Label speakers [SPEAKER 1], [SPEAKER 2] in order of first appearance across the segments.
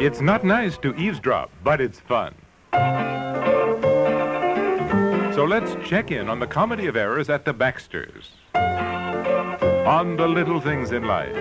[SPEAKER 1] It's not nice to eavesdrop, but it's fun. So let's check in on the comedy of errors at the Baxters. On the Little Things in Life.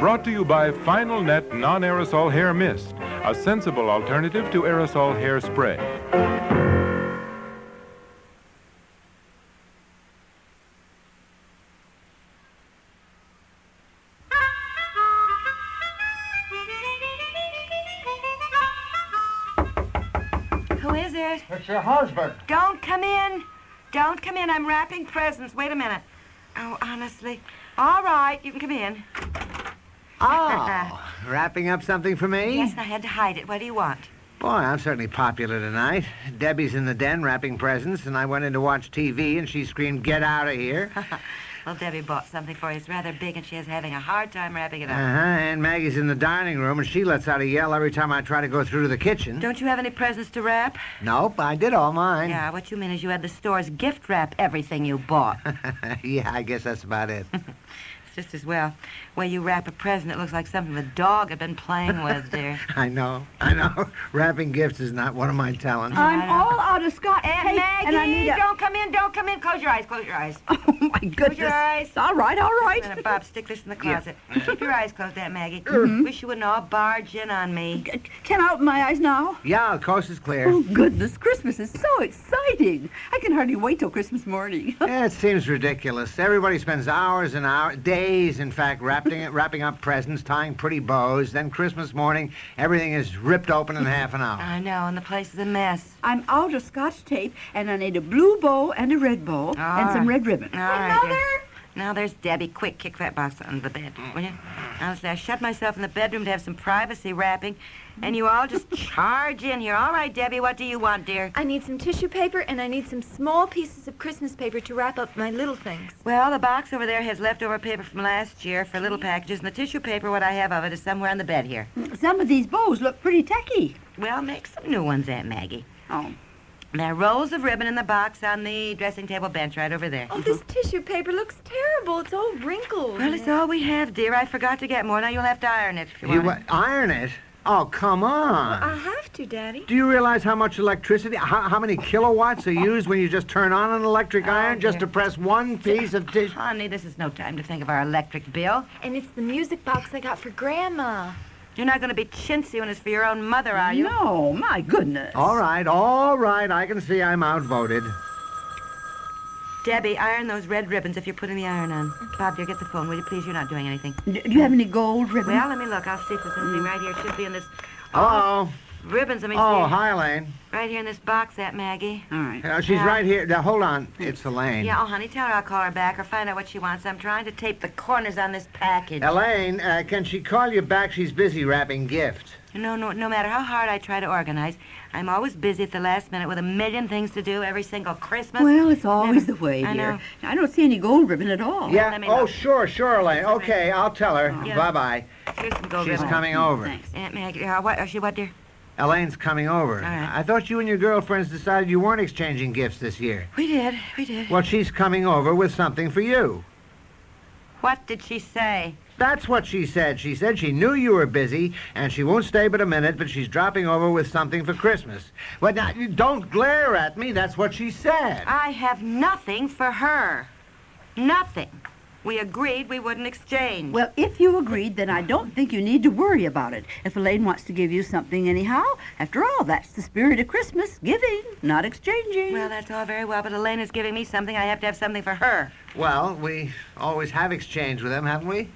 [SPEAKER 1] Brought to you by Final Net Non Aerosol Hair Mist, a sensible alternative to aerosol hairspray.
[SPEAKER 2] Who is it?
[SPEAKER 3] It's your husband.
[SPEAKER 2] Don't come in. Don't come in. I'm wrapping presents. Wait a minute. Oh, honestly. All right, you can come in.
[SPEAKER 3] Oh, wrapping up something for me?
[SPEAKER 2] Ah. Yes,
[SPEAKER 4] Mm.
[SPEAKER 2] and I had to hide it. What do you want?
[SPEAKER 3] Boy, I'm certainly popular tonight. Debbie's in the den wrapping presents, and I went in to watch TV, and she screamed, Get out of here. uh
[SPEAKER 2] Well, Debbie bought something for you. It's rather big, and she is having a hard time wrapping it
[SPEAKER 3] huh.
[SPEAKER 2] up.
[SPEAKER 4] Uh.
[SPEAKER 3] And Maggie's in the dining room, and she lets out a yell every time I try to go through to the kitchen.
[SPEAKER 2] Don't you have any presents to wrap?
[SPEAKER 3] Nope, I did all mine.
[SPEAKER 2] Yeah, what you mean is you had the stores gift wrap everything you bought.
[SPEAKER 3] yeah, I guess that's about it.
[SPEAKER 2] it's just as well. Where you wrap a present, it looks like something the dog had been playing with, dear.
[SPEAKER 3] I know, I know. Wrapping gifts is not one of my talents.
[SPEAKER 2] Uh.
[SPEAKER 4] I'm all out of scotch
[SPEAKER 2] Aunt
[SPEAKER 4] tape,
[SPEAKER 2] Maggie,
[SPEAKER 4] and I need a...
[SPEAKER 2] don't come in, don't come in. Close your eyes, close your eyes.
[SPEAKER 4] Oh, my goodness.
[SPEAKER 2] eyes.
[SPEAKER 4] All right, all
[SPEAKER 2] Now,
[SPEAKER 4] right.
[SPEAKER 2] Bob, stick this in the closet. Keep your eyes closed, Aunt Maggie. Wish you wouldn't all barge in on me.
[SPEAKER 4] Can I open my eyes now?
[SPEAKER 3] Yeah, the coast is clear.
[SPEAKER 4] Oh, goodness, Christmas is so exciting. I can hardly wait till Christmas morning.
[SPEAKER 3] Yeah, it seems ridiculous. Everybody spends hours and hours, days, in fact, wrapping it, wrapping up presents, tying pretty bows. Then Christmas morning, everything is ripped open in half an hour.
[SPEAKER 2] I know, and the place is a mess.
[SPEAKER 4] I'm out of scotch tape, and I need a blue bow and a red bow and some
[SPEAKER 2] right.
[SPEAKER 4] red ribbon.
[SPEAKER 2] All right, dear. Now there's Debbie. Quick, kick that box under the bed, will you? Honestly, I shut myself in the bedroom to have some privacy wrapping, and you all just charge in here. All right, Debbie, what do you want, dear?
[SPEAKER 5] I need some tissue paper and I need some small pieces of Christmas paper to wrap up my little things.
[SPEAKER 2] Well, the box over there has leftover paper from last year for little packages, and the tissue paper, what I have of it, is somewhere on the bed here.
[SPEAKER 4] uh, Some of these bows look pretty tacky.
[SPEAKER 2] Well, make some new ones, Aunt Maggie.
[SPEAKER 4] Oh,
[SPEAKER 2] There are rolls of ribbon in the box on the dressing table bench right over there.
[SPEAKER 5] Oh, this tissue paper looks terrible. It's all wrinkled.
[SPEAKER 2] Mm-hmm. Well, it's all we have, dear. I forgot to get more. Now you'll have to iron it if you,
[SPEAKER 3] You
[SPEAKER 2] want.
[SPEAKER 3] what, iron it? Oh, come on.
[SPEAKER 5] I have to, Daddy.
[SPEAKER 3] Do you realize how much electricity, how, how many kilowatts are used when you just turn on an electric
[SPEAKER 2] Oh,
[SPEAKER 3] iron just to press one piece of
[SPEAKER 2] it.
[SPEAKER 3] tissue?
[SPEAKER 2] Honey, this is no time to think of our electric bill.
[SPEAKER 5] And it's the music box I got for Grandma.
[SPEAKER 2] You're not going to be chintzy when it's for your own mother, are you?
[SPEAKER 4] no, my goodness.
[SPEAKER 3] All right, all right. I can see I'm outvoted.
[SPEAKER 2] Debbie, iron those red ribbons if you're putting the iron on. Bob, dear, get the phone, will you please? You're not doing anything.
[SPEAKER 4] D- do you have any gold ribbon?
[SPEAKER 2] Well, let me look. I'll see if there's anything right here. It should be in this.
[SPEAKER 3] Oh,
[SPEAKER 2] Ribbons, let me see.
[SPEAKER 3] oh, hi, Elaine.
[SPEAKER 2] Right here in this box, Aunt Maggie.
[SPEAKER 4] all right.
[SPEAKER 3] Uh, she's
[SPEAKER 2] Yeah.
[SPEAKER 3] right here. Now, hold on. It's Elaine.
[SPEAKER 2] Yeah, oh, honey, tell her I'll call her back or find out what she wants. I'm trying to tape the corners on this package.
[SPEAKER 3] Elaine, uh, can she call you back? She's busy wrapping gifts.
[SPEAKER 2] No, no, no matter how hard I try to organize, I'm always busy at the last minute with a million things to do every single Christmas.
[SPEAKER 4] Well, it's always the way,
[SPEAKER 2] I
[SPEAKER 4] dear.
[SPEAKER 2] know.
[SPEAKER 4] I don't see any gold ribbon at all.
[SPEAKER 3] Yeah.
[SPEAKER 2] let me
[SPEAKER 3] Oh,
[SPEAKER 2] look.
[SPEAKER 3] sure, sure, Elaine. Okay, I'll tell her.
[SPEAKER 2] Yeah.
[SPEAKER 3] Bye bye.
[SPEAKER 2] Here's some gold
[SPEAKER 3] She's
[SPEAKER 2] ribbon.
[SPEAKER 3] coming over.
[SPEAKER 4] Thanks.
[SPEAKER 2] Aunt Maggie, uh, what, uh, she what, dear?
[SPEAKER 3] Elaine's coming over.
[SPEAKER 2] right.
[SPEAKER 3] I thought you and your girlfriends decided you weren't exchanging gifts this year.
[SPEAKER 2] We did, we did.
[SPEAKER 3] Well, she's coming over with something for you.
[SPEAKER 2] What did she say?
[SPEAKER 3] That's what she said. She said she knew you were busy, and she won't stay but a minute, but she's dropping over with something for Christmas. Well, now, you don't glare at me. That's what she said.
[SPEAKER 2] I have nothing for her. Nothing. We agreed we wouldn't exchange.
[SPEAKER 4] Well, if you agreed, then I don't think you need to worry about it. If Elaine wants to give you something anyhow, after all, that's the spirit of Christmas giving, not exchanging.
[SPEAKER 2] Well, that's all very well, but Elaine is giving me something. I have to have something for her.
[SPEAKER 3] Well, we always have exchanged with them, haven't we?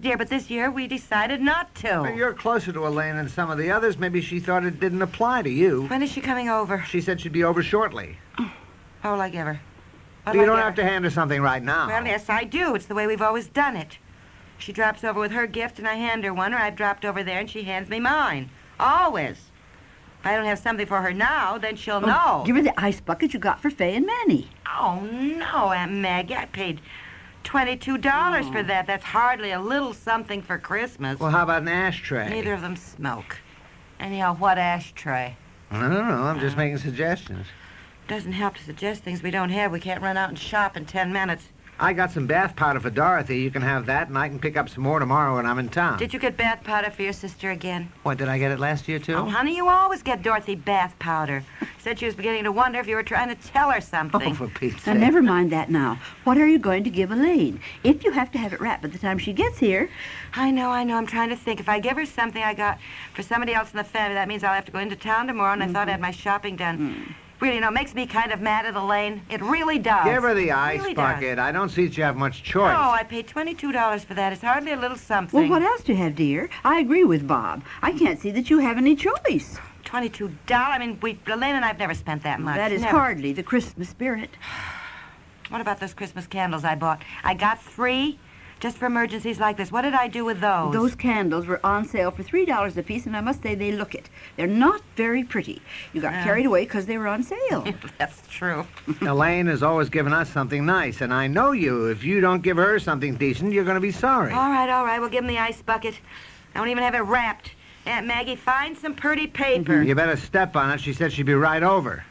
[SPEAKER 2] Dear, but this year we decided not
[SPEAKER 3] Well,
[SPEAKER 2] to.
[SPEAKER 3] you're closer to Elaine than some of the others. Maybe she thought it didn't apply to you.
[SPEAKER 2] When is she coming over?
[SPEAKER 3] She said she'd be over shortly.
[SPEAKER 2] How will I give her?
[SPEAKER 3] But you don't have to hand her something right now.
[SPEAKER 2] Well, yes, I do. It's the way we've always done it. She drops over with her gift, and I hand her one, or I've dropped over there, and she hands me mine. Always. If I don't have something for her now, then she'll know.
[SPEAKER 4] Oh, Give her the ice bucket you got for Fay and Manny.
[SPEAKER 2] Oh, no, Aunt Maggie. I paid $22 for that. That's hardly a little something for Christmas.
[SPEAKER 3] Well, how about an ashtray?
[SPEAKER 2] Neither of them smoke. Anyhow, what ashtray?
[SPEAKER 3] I don't know. I'm just making suggestions.
[SPEAKER 2] Doesn't help to suggest things we don't have. We can't run out and shop in ten minutes.
[SPEAKER 3] I got some bath powder for Dorothy. You can have that, and I can pick up some more tomorrow when I'm in town.
[SPEAKER 2] Did you get bath powder for your sister again?
[SPEAKER 3] what, did I get it last year, too?
[SPEAKER 2] Oh, honey, you always get Dorothy bath powder. Said she was beginning to wonder if you were trying to tell her something.
[SPEAKER 3] Oh, for Pete's
[SPEAKER 4] Now,
[SPEAKER 3] sake.
[SPEAKER 4] never mind that now. What are you going to give Elaine? If you have to have it wrapped by the time she gets here,
[SPEAKER 2] I know, I know. I'm trying to think. If I give her something I got for somebody else in the family, that means I'll have to go into town tomorrow, and I thought I had
[SPEAKER 3] Mm-hmm.
[SPEAKER 2] my shopping done.
[SPEAKER 3] Mm.
[SPEAKER 2] Really, you know, it makes me kind of mad at Elaine. It really does.
[SPEAKER 3] Give her the
[SPEAKER 2] It
[SPEAKER 3] ice
[SPEAKER 2] really does.
[SPEAKER 3] bucket. I don't see that you have much choice.
[SPEAKER 2] Oh, I paid twenty-two dollars for that. It's hardly a little something.
[SPEAKER 4] well, what else do you have, dear? I agree with Bob. I can't see that you have any choice.
[SPEAKER 2] Twenty-two dollars. I mean, we, Elaine and I've never spent that much.
[SPEAKER 4] That is
[SPEAKER 2] Never.
[SPEAKER 4] hardly the Christmas spirit.
[SPEAKER 2] What about those Christmas candles I bought? I got three, just for emergencies like this. What did I do with those?
[SPEAKER 4] Those candles were on sale for three dollars apiece, and I must say they look it. They're not very pretty. You got carried away because they were on sale.
[SPEAKER 2] That's true.
[SPEAKER 3] Elaine has always given us something nice, and I know you. If you don't give her something decent, you're going to be sorry.
[SPEAKER 2] All right, all right. We'll give him the ice bucket. I don't even have it wrapped. Aunt Maggie, find some pretty paper.
[SPEAKER 3] You better step on it. She said she'd be right over.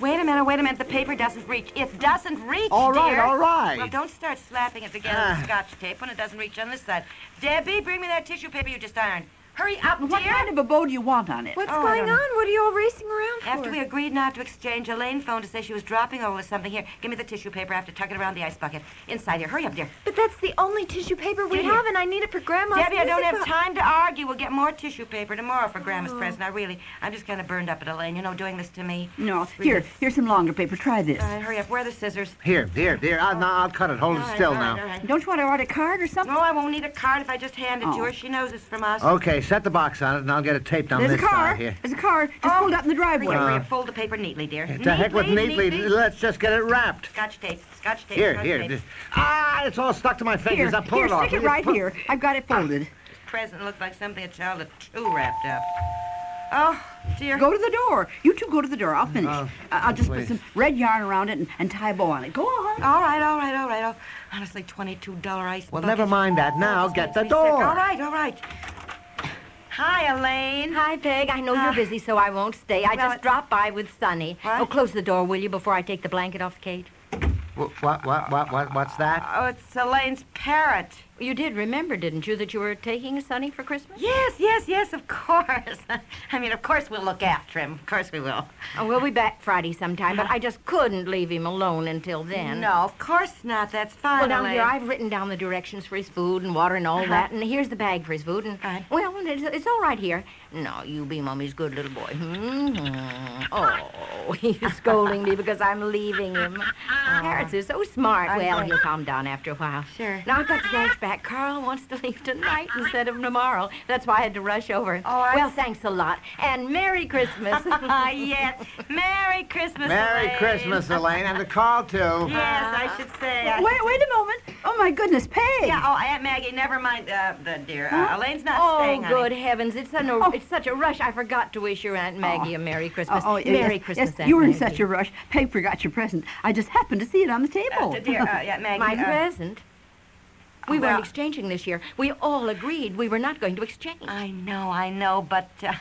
[SPEAKER 2] Wait a minute, wait a minute. The paper doesn't reach. It doesn't reach,
[SPEAKER 3] All right,
[SPEAKER 2] dear.
[SPEAKER 3] all right. Ah.
[SPEAKER 2] Well, don't start slapping it together with scotch tape when it doesn't reach on this side. Debbie, bring me that tissue paper you just ironed. Hurry up,
[SPEAKER 4] What
[SPEAKER 2] dear.
[SPEAKER 4] kind of a bow do you want on it?
[SPEAKER 5] What's
[SPEAKER 2] Oh, I
[SPEAKER 5] going
[SPEAKER 2] don't
[SPEAKER 5] on?
[SPEAKER 2] know.
[SPEAKER 5] What are you all racing around for?
[SPEAKER 2] After we agreed not to exchange, Elaine phoned to say she was dropping over with something. Here, give me the tissue paper. I have to tuck it around the ice bucket. Inside here. Hurry up, dear.
[SPEAKER 5] But that's the only tissue paper we
[SPEAKER 2] Debbie.
[SPEAKER 5] have, and I need it for Grandma's
[SPEAKER 2] Debbie, I don't
[SPEAKER 5] music
[SPEAKER 2] have
[SPEAKER 5] box.
[SPEAKER 2] time to argue. We'll get more tissue paper tomorrow for
[SPEAKER 3] Oh.
[SPEAKER 2] Grandma's present. I really, I'm just kind of burned up at Elaine, you know, doing this to me.
[SPEAKER 4] No, here, here's some longer paper. Try this.
[SPEAKER 2] All
[SPEAKER 3] Uh,
[SPEAKER 2] right, hurry up. Where are the scissors?
[SPEAKER 3] Here, here, here. I'll, now, I'll cut it. Hold
[SPEAKER 2] All
[SPEAKER 3] it
[SPEAKER 2] right,
[SPEAKER 3] still
[SPEAKER 2] all right,
[SPEAKER 3] now.
[SPEAKER 2] all right.
[SPEAKER 4] Don't you want to order a card or something?
[SPEAKER 2] No, I won't need a card if I just hand it to
[SPEAKER 4] Oh.
[SPEAKER 2] her. She knows it's from us.
[SPEAKER 3] Okay, set the box on it, and I'll get it taped on
[SPEAKER 4] There's a
[SPEAKER 3] this
[SPEAKER 4] car.
[SPEAKER 3] side here. Oh.
[SPEAKER 4] There's a car just pulled up in the driveway.
[SPEAKER 2] Hurry up, hurry up. Fold the paper neatly, dear.
[SPEAKER 3] uh, To heck with neatly. Let's just get it wrapped.
[SPEAKER 2] Scotch tape. Scotch tape.
[SPEAKER 3] Here,
[SPEAKER 2] scotch
[SPEAKER 3] here.
[SPEAKER 2] tape.
[SPEAKER 3] just- Ah, it's all stuck to my
[SPEAKER 4] here,
[SPEAKER 3] fingers. I'll pull
[SPEAKER 4] here,
[SPEAKER 3] it off.
[SPEAKER 4] stick it
[SPEAKER 3] Will you
[SPEAKER 4] right
[SPEAKER 3] pull-
[SPEAKER 4] here. I've got it folded.
[SPEAKER 2] Present looked like something a child of two wrapped up. Oh, dear.
[SPEAKER 4] Go to the door. You two go to the door. I'll finish.
[SPEAKER 3] Oh,
[SPEAKER 4] I- I'll just
[SPEAKER 3] please.
[SPEAKER 4] put some red yarn around it and, and tie a bow on it. Go on.
[SPEAKER 2] All right, all right, all right. Oh, honestly, twenty-two dollar ice.
[SPEAKER 3] Well,
[SPEAKER 2] bucket.
[SPEAKER 3] never mind that.
[SPEAKER 2] Oh,
[SPEAKER 3] Now
[SPEAKER 2] this
[SPEAKER 3] get
[SPEAKER 2] makes
[SPEAKER 3] the
[SPEAKER 2] me sick. All
[SPEAKER 3] door.
[SPEAKER 2] right, all right. Hi, Elaine.
[SPEAKER 6] Hi, Peg. I know
[SPEAKER 4] Ah.
[SPEAKER 6] you're busy, so I won't stay. I
[SPEAKER 2] Well,
[SPEAKER 6] just
[SPEAKER 2] it-
[SPEAKER 6] dropped by with Sonny.
[SPEAKER 2] What?
[SPEAKER 6] Oh, close the door, will you, before I take the blanket off Kate?
[SPEAKER 3] Wh- What, what, what, what, what's that?
[SPEAKER 2] Oh, it's Elaine's parrot.
[SPEAKER 6] You did remember, didn't you, that you were taking Sonny for Christmas?
[SPEAKER 2] Yes, yes, yes, of course. I mean, of course we'll look after him. Of course we will.
[SPEAKER 6] Oh, we'll be back Friday sometime, but I just couldn't leave him alone until then.
[SPEAKER 2] No, of course not. That's fine,
[SPEAKER 6] Well, down
[SPEAKER 2] Elaine.
[SPEAKER 6] here, I've written down the directions for his food and water and all
[SPEAKER 2] Uh-huh.
[SPEAKER 6] that, and here's the bag for his food, and,
[SPEAKER 2] Right.
[SPEAKER 6] well, it's, it's all right here. No, you be Mommy's good little boy. hmm Oh, he's scolding me because I'm leaving him. Parrots are so smart.
[SPEAKER 2] I
[SPEAKER 6] well,
[SPEAKER 2] know.
[SPEAKER 6] he'll calm down after a while.
[SPEAKER 2] Sure.
[SPEAKER 6] Now, I've got the bags back. Carl wants to leave tonight instead of tomorrow. That's why I had to rush over.
[SPEAKER 2] Oh, I
[SPEAKER 6] Well,
[SPEAKER 2] see.
[SPEAKER 6] thanks a lot, and Merry Christmas.
[SPEAKER 2] Ah, yes. Merry Christmas,
[SPEAKER 3] Merry
[SPEAKER 2] Elaine.
[SPEAKER 3] Christmas, Elaine, and the call, too.
[SPEAKER 2] Yes, I should say. I-
[SPEAKER 4] Wait, wait a moment. Oh my goodness, Peg.
[SPEAKER 2] Yeah, oh, Aunt Maggie, never mind uh, the dear. Uh, Elaine's not
[SPEAKER 6] Oh,
[SPEAKER 2] staying,
[SPEAKER 6] good
[SPEAKER 2] honey.
[SPEAKER 6] heavens. It's, an, it's such a rush. I forgot to wish your Aunt Maggie a Merry
[SPEAKER 4] Oh,
[SPEAKER 6] Christmas.
[SPEAKER 4] oh, yes,
[SPEAKER 6] Merry
[SPEAKER 4] yes,
[SPEAKER 6] Christmas, Aunt
[SPEAKER 4] you were in
[SPEAKER 6] Maggie.
[SPEAKER 4] such a rush. Peg forgot your present. I just happened to see it on the table.
[SPEAKER 2] Uh, dear, uh, Aunt Maggie.
[SPEAKER 6] Oh. My
[SPEAKER 2] uh,
[SPEAKER 6] present? We
[SPEAKER 2] well-
[SPEAKER 6] weren't exchanging this year. We all agreed we were not going to exchange.
[SPEAKER 2] I know, I know, but uh,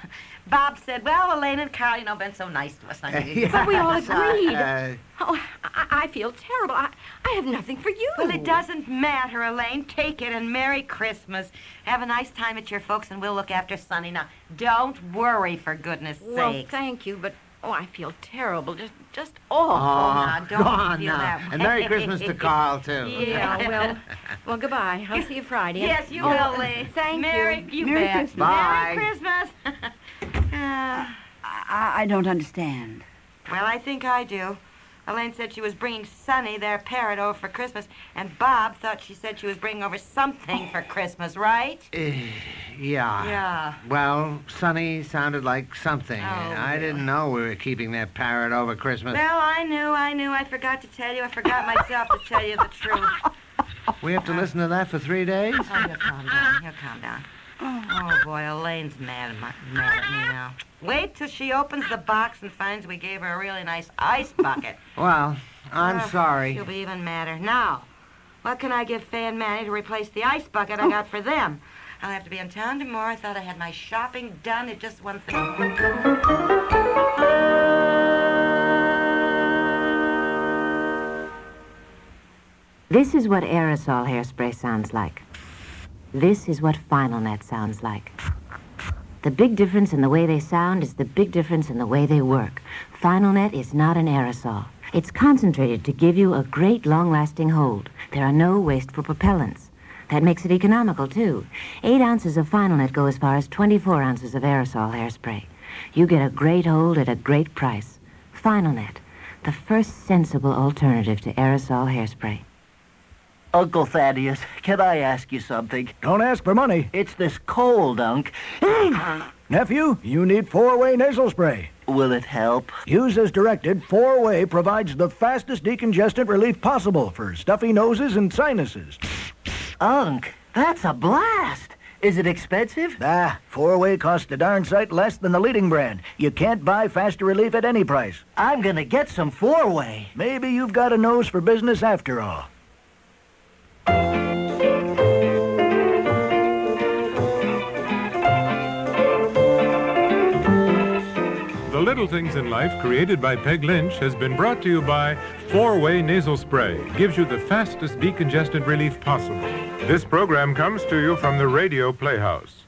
[SPEAKER 2] Bob said, well, Elaine and Carl, you know, been so nice to us. I mean,
[SPEAKER 3] Yeah.
[SPEAKER 6] But we all agreed.
[SPEAKER 3] Uh,
[SPEAKER 6] oh, I, I feel terrible. I, I have nothing for you.
[SPEAKER 2] Well, it doesn't matter, Elaine. Take it and Merry Christmas. Have a nice time at your folks, and we'll look after Sonny. Now, don't worry, for goodness
[SPEAKER 6] Well,
[SPEAKER 2] sake.
[SPEAKER 6] thank you, but oh, I feel terrible. Just, just awful.
[SPEAKER 3] oh,
[SPEAKER 2] now, don't
[SPEAKER 3] go on
[SPEAKER 2] feel
[SPEAKER 3] now.
[SPEAKER 2] that
[SPEAKER 3] And Merry
[SPEAKER 2] way.
[SPEAKER 3] Christmas to Carl, too.
[SPEAKER 6] Yeah, well, well, goodbye. I'll see you Friday.
[SPEAKER 2] yes, you
[SPEAKER 6] Oh,
[SPEAKER 2] will, Lee.
[SPEAKER 6] Thank
[SPEAKER 2] Merry, you.
[SPEAKER 4] Merry
[SPEAKER 2] bet.
[SPEAKER 4] Christmas.
[SPEAKER 3] Bye.
[SPEAKER 2] Merry Christmas. Uh,
[SPEAKER 4] I, I don't understand.
[SPEAKER 2] Well, I think I do. Elaine said she was bringing Sonny, their parrot, over for Christmas, and Bob thought she said she was bringing over something for Christmas, right?
[SPEAKER 3] Eh, Yeah.
[SPEAKER 2] Yeah.
[SPEAKER 3] Well, Sonny sounded like something.
[SPEAKER 2] Oh,
[SPEAKER 3] I
[SPEAKER 2] really?
[SPEAKER 3] didn't know we were keeping that parrot over Christmas.
[SPEAKER 2] Well, I knew, I knew. I forgot to tell you. I forgot myself to tell you the truth.
[SPEAKER 3] We
[SPEAKER 2] uh,
[SPEAKER 3] have to listen to that for three days?
[SPEAKER 2] Oh, he'll calm down. He'll calm down. Oh, boy, Elaine's mad at, my, mad at me now. Wait till she opens the box and finds we gave her a really nice ice bucket.
[SPEAKER 3] Well, I'm
[SPEAKER 2] Oh,
[SPEAKER 3] sorry.
[SPEAKER 2] She'll be even madder. Now,
[SPEAKER 7] What can I give Fay and Manny to replace the ice bucket
[SPEAKER 3] Oh.
[SPEAKER 7] I got for them? I'll have to be in town tomorrow. I thought I had my shopping done. It just one thing.
[SPEAKER 2] This is what aerosol hairspray sounds like. This is what Final Net sounds like. The big difference in the way they sound is the big difference in the way they work. Final Net is not an aerosol. It's concentrated to give you a great long lasting hold. There are no wasteful propellants. That makes it economical, too. Eight ounces of Final Net go as far as 24 ounces of aerosol hairspray. You get a great hold at a great price. Final Net, the first sensible alternative to aerosol hairspray.
[SPEAKER 3] Uncle Thaddeus, can I ask you something?
[SPEAKER 8] Don't ask for money.
[SPEAKER 3] It's this cold, Unc.
[SPEAKER 8] Nephew, you need four-way nasal spray.
[SPEAKER 3] Will it help?
[SPEAKER 8] Use as directed, four-way provides the fastest decongestant relief possible for stuffy noses and sinuses.
[SPEAKER 3] Unc, that's a blast. Is it expensive?
[SPEAKER 8] Ah, four-way costs a darn sight less than the leading brand. You can't buy faster relief at any price.
[SPEAKER 3] I'm gonna get some four-way.
[SPEAKER 8] Maybe you've got a nose for business after all.
[SPEAKER 1] The Little Things in Life, created by Peg Lynch, has been brought to you by Four Way Nasal Spray. Gives you the fastest decongestant relief possible. This program comes to you from the Radio Playhouse.